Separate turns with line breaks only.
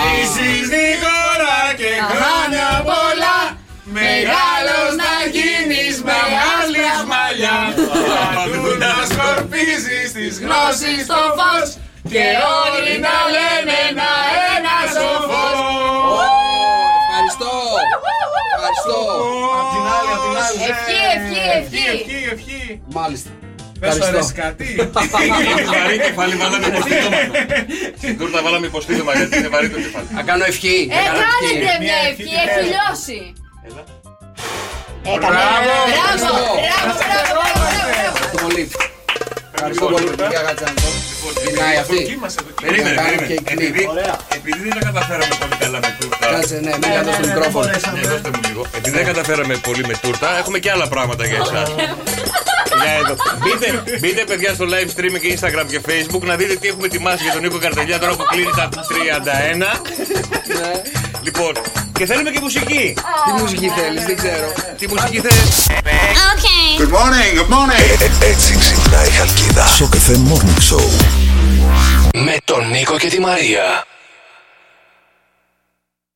Φτιάξεις τη χώρα και χρόνια πολλά Μεγάλος να γίνεις με άλλη μαλλιά Παντού να σκορπίζεις τις γνώσεις στο φως Και όλοι να λένε να ένα σοφός
Ευχαριστώ. Ευχαριστώ.
Απ' την άλλη, απ' την άλλη
Ευχή, ευχή, ευχή.
Ε, Ευχή, ευχή
Μάλιστα.
Δεν σου
Ευχαριστώ.
αρέσει κάτι
Είναι βαρύ κεφάλι,
Ναι.
βάλαμε υποστήρωμα. Στην τούρτα βάλαμε υποστήρωμα γιατί είναι βαρύ το κεφάλι.
Να κάνω ευχή.
Ε, κάνετε
Μια
μια
ευχή
ευχή,
την
έχει
θέλω.
λιώσει.
Έλα.
Έκανε.
Μπράβο.
Μπράβο,
Μπράβο.
μπράβο, μπράβο, μπράβο, μπράβο.
Ευχαριστώ πολύ. Ευχαριστώ πολύ. παιδιά Γατσάνικο. Γυρνάει αυτή.
Δοκίμασε το
Περίμενε,
Να κάνει
περίμενε.
και κλικ.
Επειδή-
Ωραία.
Επειδή δεν τα καταφέραμε πολύ καλά με τούρτα.
Κάτσε, ναι, μην κάτω στο
ε,
ναι,
μικρόφωνο.
δεν μπορέσαμε.
Ναι, δώστε μου λίγο. Επειδή δεν καταφέραμε πολύ με τούρτα, έχουμε και άλλα πράγματα για εσάς. Μπείτε, μπείτε, παιδιά, στο live stream και Instagram και Facebook να δείτε τι έχουμε ετοιμάσει για τον Νίκο Καρτελιά τώρα που κλείνει τα 31.
Ναι.
Λοιπόν, και θέλουμε και μουσική.
Τι μουσική θέλεις, δεν ξέρω.
Τι μουσική θέλεις.
Good morning, good morning
Έτσι ξυπνάει η Χαλκίδα. Στο Cafe Morning Show.
Με τον Νίκο και τη Μαρία.